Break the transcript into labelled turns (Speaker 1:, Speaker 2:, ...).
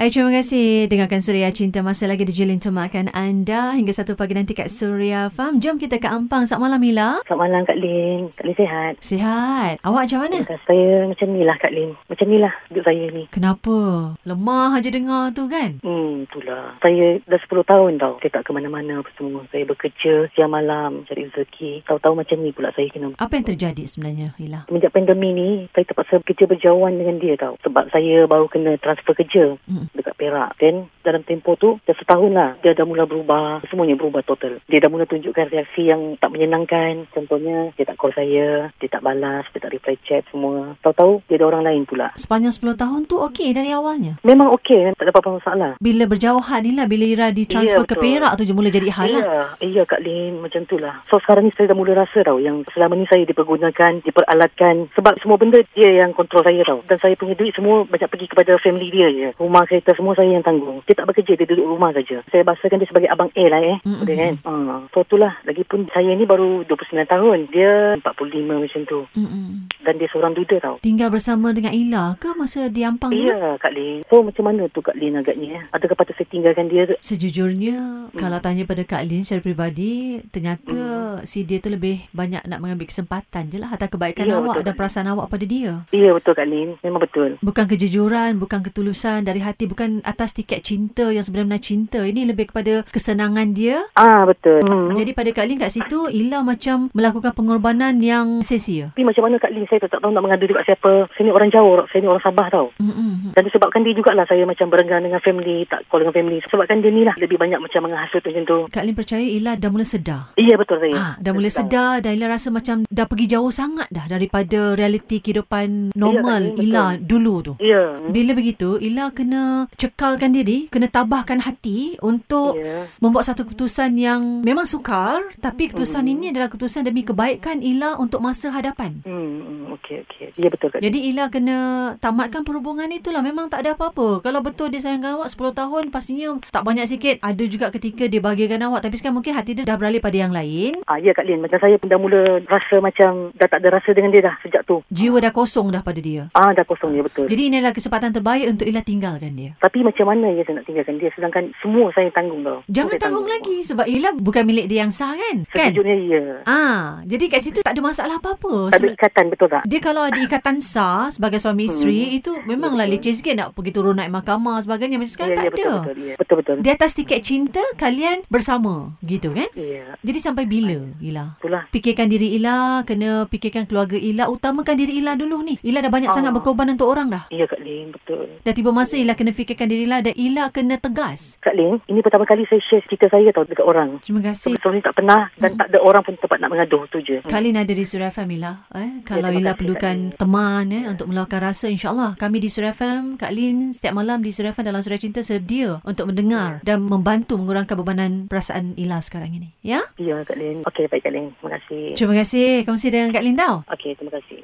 Speaker 1: Eh, terima kasih dengarkan Suria Cinta masih lagi di Jilin Cemakan anda hingga satu pagi nanti kat Suria Farm. Jom kita ke Ampang. Selamat malam Mila.
Speaker 2: Selamat malam Kak Lin. Kak Lin sihat?
Speaker 1: Sihat. Awak macam mana?
Speaker 2: Bukan saya macam ni lah Kak Lin. Macam ni lah hidup saya ni.
Speaker 1: Kenapa? Lemah aja dengar tu kan?
Speaker 2: Hmm, itulah. Saya dah 10 tahun tau. Saya tak ke mana-mana apa semua. Saya bekerja siang malam cari rezeki. Tahu-tahu macam ni pula saya kena.
Speaker 1: Apa yang terjadi sebenarnya Mila?
Speaker 2: Semenjak pandemi ni, saya terpaksa kerja berjauhan dengan dia tau. Sebab saya baru kena transfer kerja
Speaker 1: Mm.
Speaker 2: dekat Perak. Then dalam tempoh tu, dah setahun lah. Dia dah mula berubah. Semuanya berubah total. Dia dah mula tunjukkan reaksi yang tak menyenangkan. Contohnya, dia tak call saya. Dia tak balas. Dia tak reply chat semua. Tahu-tahu, dia ada orang lain pula.
Speaker 1: Sepanjang 10 tahun tu okey dari awalnya.
Speaker 2: Memang okey. Tak ada apa-apa masalah.
Speaker 1: Bila berjauhan ni lah, bila Ira ditransfer
Speaker 2: Ya,
Speaker 1: ke
Speaker 2: betul.
Speaker 1: Perak tu je mula jadi hal lah.
Speaker 2: Ya, iya Kak Lin, macam tu lah. So sekarang ni saya dah mula rasa tau yang selama ni saya dipergunakan, diperalatkan sebab semua benda dia yang kontrol saya tau. Dan saya punya duit semua banyak pergi kepada family dia je. Rumah kereta semua saya yang tanggung. Dia tak bekerja, dia duduk rumah saja. Saya bahasakan dia sebagai abang A lah eh.
Speaker 1: Mm-mm.
Speaker 2: Boleh kan? Ha, so tu lah. Lagipun saya ni baru 29 tahun. Dia 45 macam tu.
Speaker 1: Mm-mm.
Speaker 2: Dan dia seorang duda tau.
Speaker 1: Tinggal bersama dengan Ila ke masa di Ampang dulu?
Speaker 2: Iya Kak Lin. So macam mana tu Kak Lin agaknya eh? Adakah patut saya tinggalkan dia tu?
Speaker 1: Sejujurnya hmm. kalau tanya pada Kak Lin secara peribadi ternyata hmm. si dia tu lebih banyak nak mengambil kesempatan je lah atas kebaikan
Speaker 2: Ya,
Speaker 1: awak
Speaker 2: betul.
Speaker 1: dan perasaan awak pada dia.
Speaker 2: Iya betul Kak Lin. Memang betul.
Speaker 1: Bukan kejujuran, bukan ketulusan dari hati, bukan atas tiket cinta yang sebenarnya cinta. Ini lebih kepada kesenangan dia.
Speaker 2: Ah betul. Hmm.
Speaker 1: Jadi pada Kak Lin kat situ, Ila macam melakukan pengorbanan yang sia-sia.
Speaker 2: Tapi macam mana Kak Lin, saya tak, tak tahu nak mengadu dekat siapa. Saya ni orang Jawa, orang- saya ni orang Sabah tau.
Speaker 1: Mm-mm.
Speaker 2: Dan disebabkan dia jugalah saya macam berenggan dengan family, tak call dengan family. Sebabkan dia ni lah lebih banyak macam menghasut macam tu.
Speaker 1: Kak Lin percaya Ila dah mula sedar.
Speaker 2: Iya betul saya.
Speaker 1: Ha, dah mula sedar dan Ila rasa macam dah pergi jauh sangat dah daripada realiti kehidupan normal
Speaker 2: Ya, Kak Lin,
Speaker 1: Ila dulu tu.
Speaker 2: Ya.
Speaker 1: Hmm? Bila begitu, Ila kena cekalkan diri, kena tabahkan hati untuk
Speaker 2: Ya.
Speaker 1: membuat satu keputusan yang memang sukar tapi keputusan ini adalah keputusan demi kebaikan Ila untuk masa hadapan.
Speaker 2: Hmm, hmm, okey, okey. Ya betul Kak Lin.
Speaker 1: Jadi Ila kena tamatkan perhubungan itulah memang tak ada apa-apa. Kalau betul dia sayangkan awak 10 tahun pastinya tak banyak sikit. Ada juga ketika dia bahagiakan awak tapi sekarang mungkin hati dia dah beralih pada yang lain.
Speaker 2: Ah, ya Kak Lin, macam saya pun dah mula rasa macam dah tak ada rasa dengan dia dah sejak tu.
Speaker 1: Jiwa dah kosong dah pada dia.
Speaker 2: Ah, dah kosong ya betul.
Speaker 1: Jadi ini adalah kesempatan terbaik untuk Ila tinggalkan dia.
Speaker 2: Tapi macam mana ya saya nak tinggalkan dia sedangkan semua saya tanggung tau.
Speaker 1: Jangan
Speaker 2: Semua saya
Speaker 1: tanggung lagi sebab Ila bukan milik dia yang sah kan? Kan?
Speaker 2: Sejujurnya ya.
Speaker 1: Ah, jadi kat situ tak ada masalah apa-apa.
Speaker 2: Tak ada
Speaker 1: Sebab-
Speaker 2: ikatan betul tak?
Speaker 1: Dia kalau ada ikatan sah sebagai suami isteri hmm. itu memanglah
Speaker 2: Betul.
Speaker 1: leceh sikit nak pergi turun naik mahkamah sebagainya masa sekarang
Speaker 2: Ya,
Speaker 1: tak
Speaker 2: ya,
Speaker 1: ada.
Speaker 2: betul, betul, ya. betul betul.
Speaker 1: Di atas tiket cinta kalian bersama gitu kan?
Speaker 2: Ya,
Speaker 1: Jadi sampai bila Ila?
Speaker 2: itulah.
Speaker 1: Fikirkan diri Ila, kena fikirkan keluarga Ila, utamakan diri Ila dulu ni. Ila dah banyak
Speaker 2: Ah.
Speaker 1: sangat berkorban untuk orang dah.
Speaker 2: Ya Kak Lin, betul.
Speaker 1: Dah tiba masa Ila kena fikirkan diri Ila dan Ila kena tegas.
Speaker 2: Kak Ling, ini pertama kali saya share cerita saya tau dekat orang.
Speaker 1: Terima kasih.
Speaker 2: Sebelum ni tak pernah dan tak ada orang pun tempat nak mengaduh tu je.
Speaker 1: Kak Lin ada di Suria FM Ila. Eh? Kalau
Speaker 2: terima
Speaker 1: Ila
Speaker 2: kasih,
Speaker 1: perlukan teman eh, untuk meluahkan rasa insyaAllah kami di Suria FM, Kak Lin setiap malam di Suria FM dalam Suria Cinta sedia untuk mendengar dan membantu mengurangkan bebanan perasaan Ila sekarang ini. Ya?
Speaker 2: Ya Kak Lin. Okey, baik Kak Lin. Terima kasih.
Speaker 1: Terima kasih kongsi dengan Kak Lin tau.
Speaker 2: Okey, terima kasih.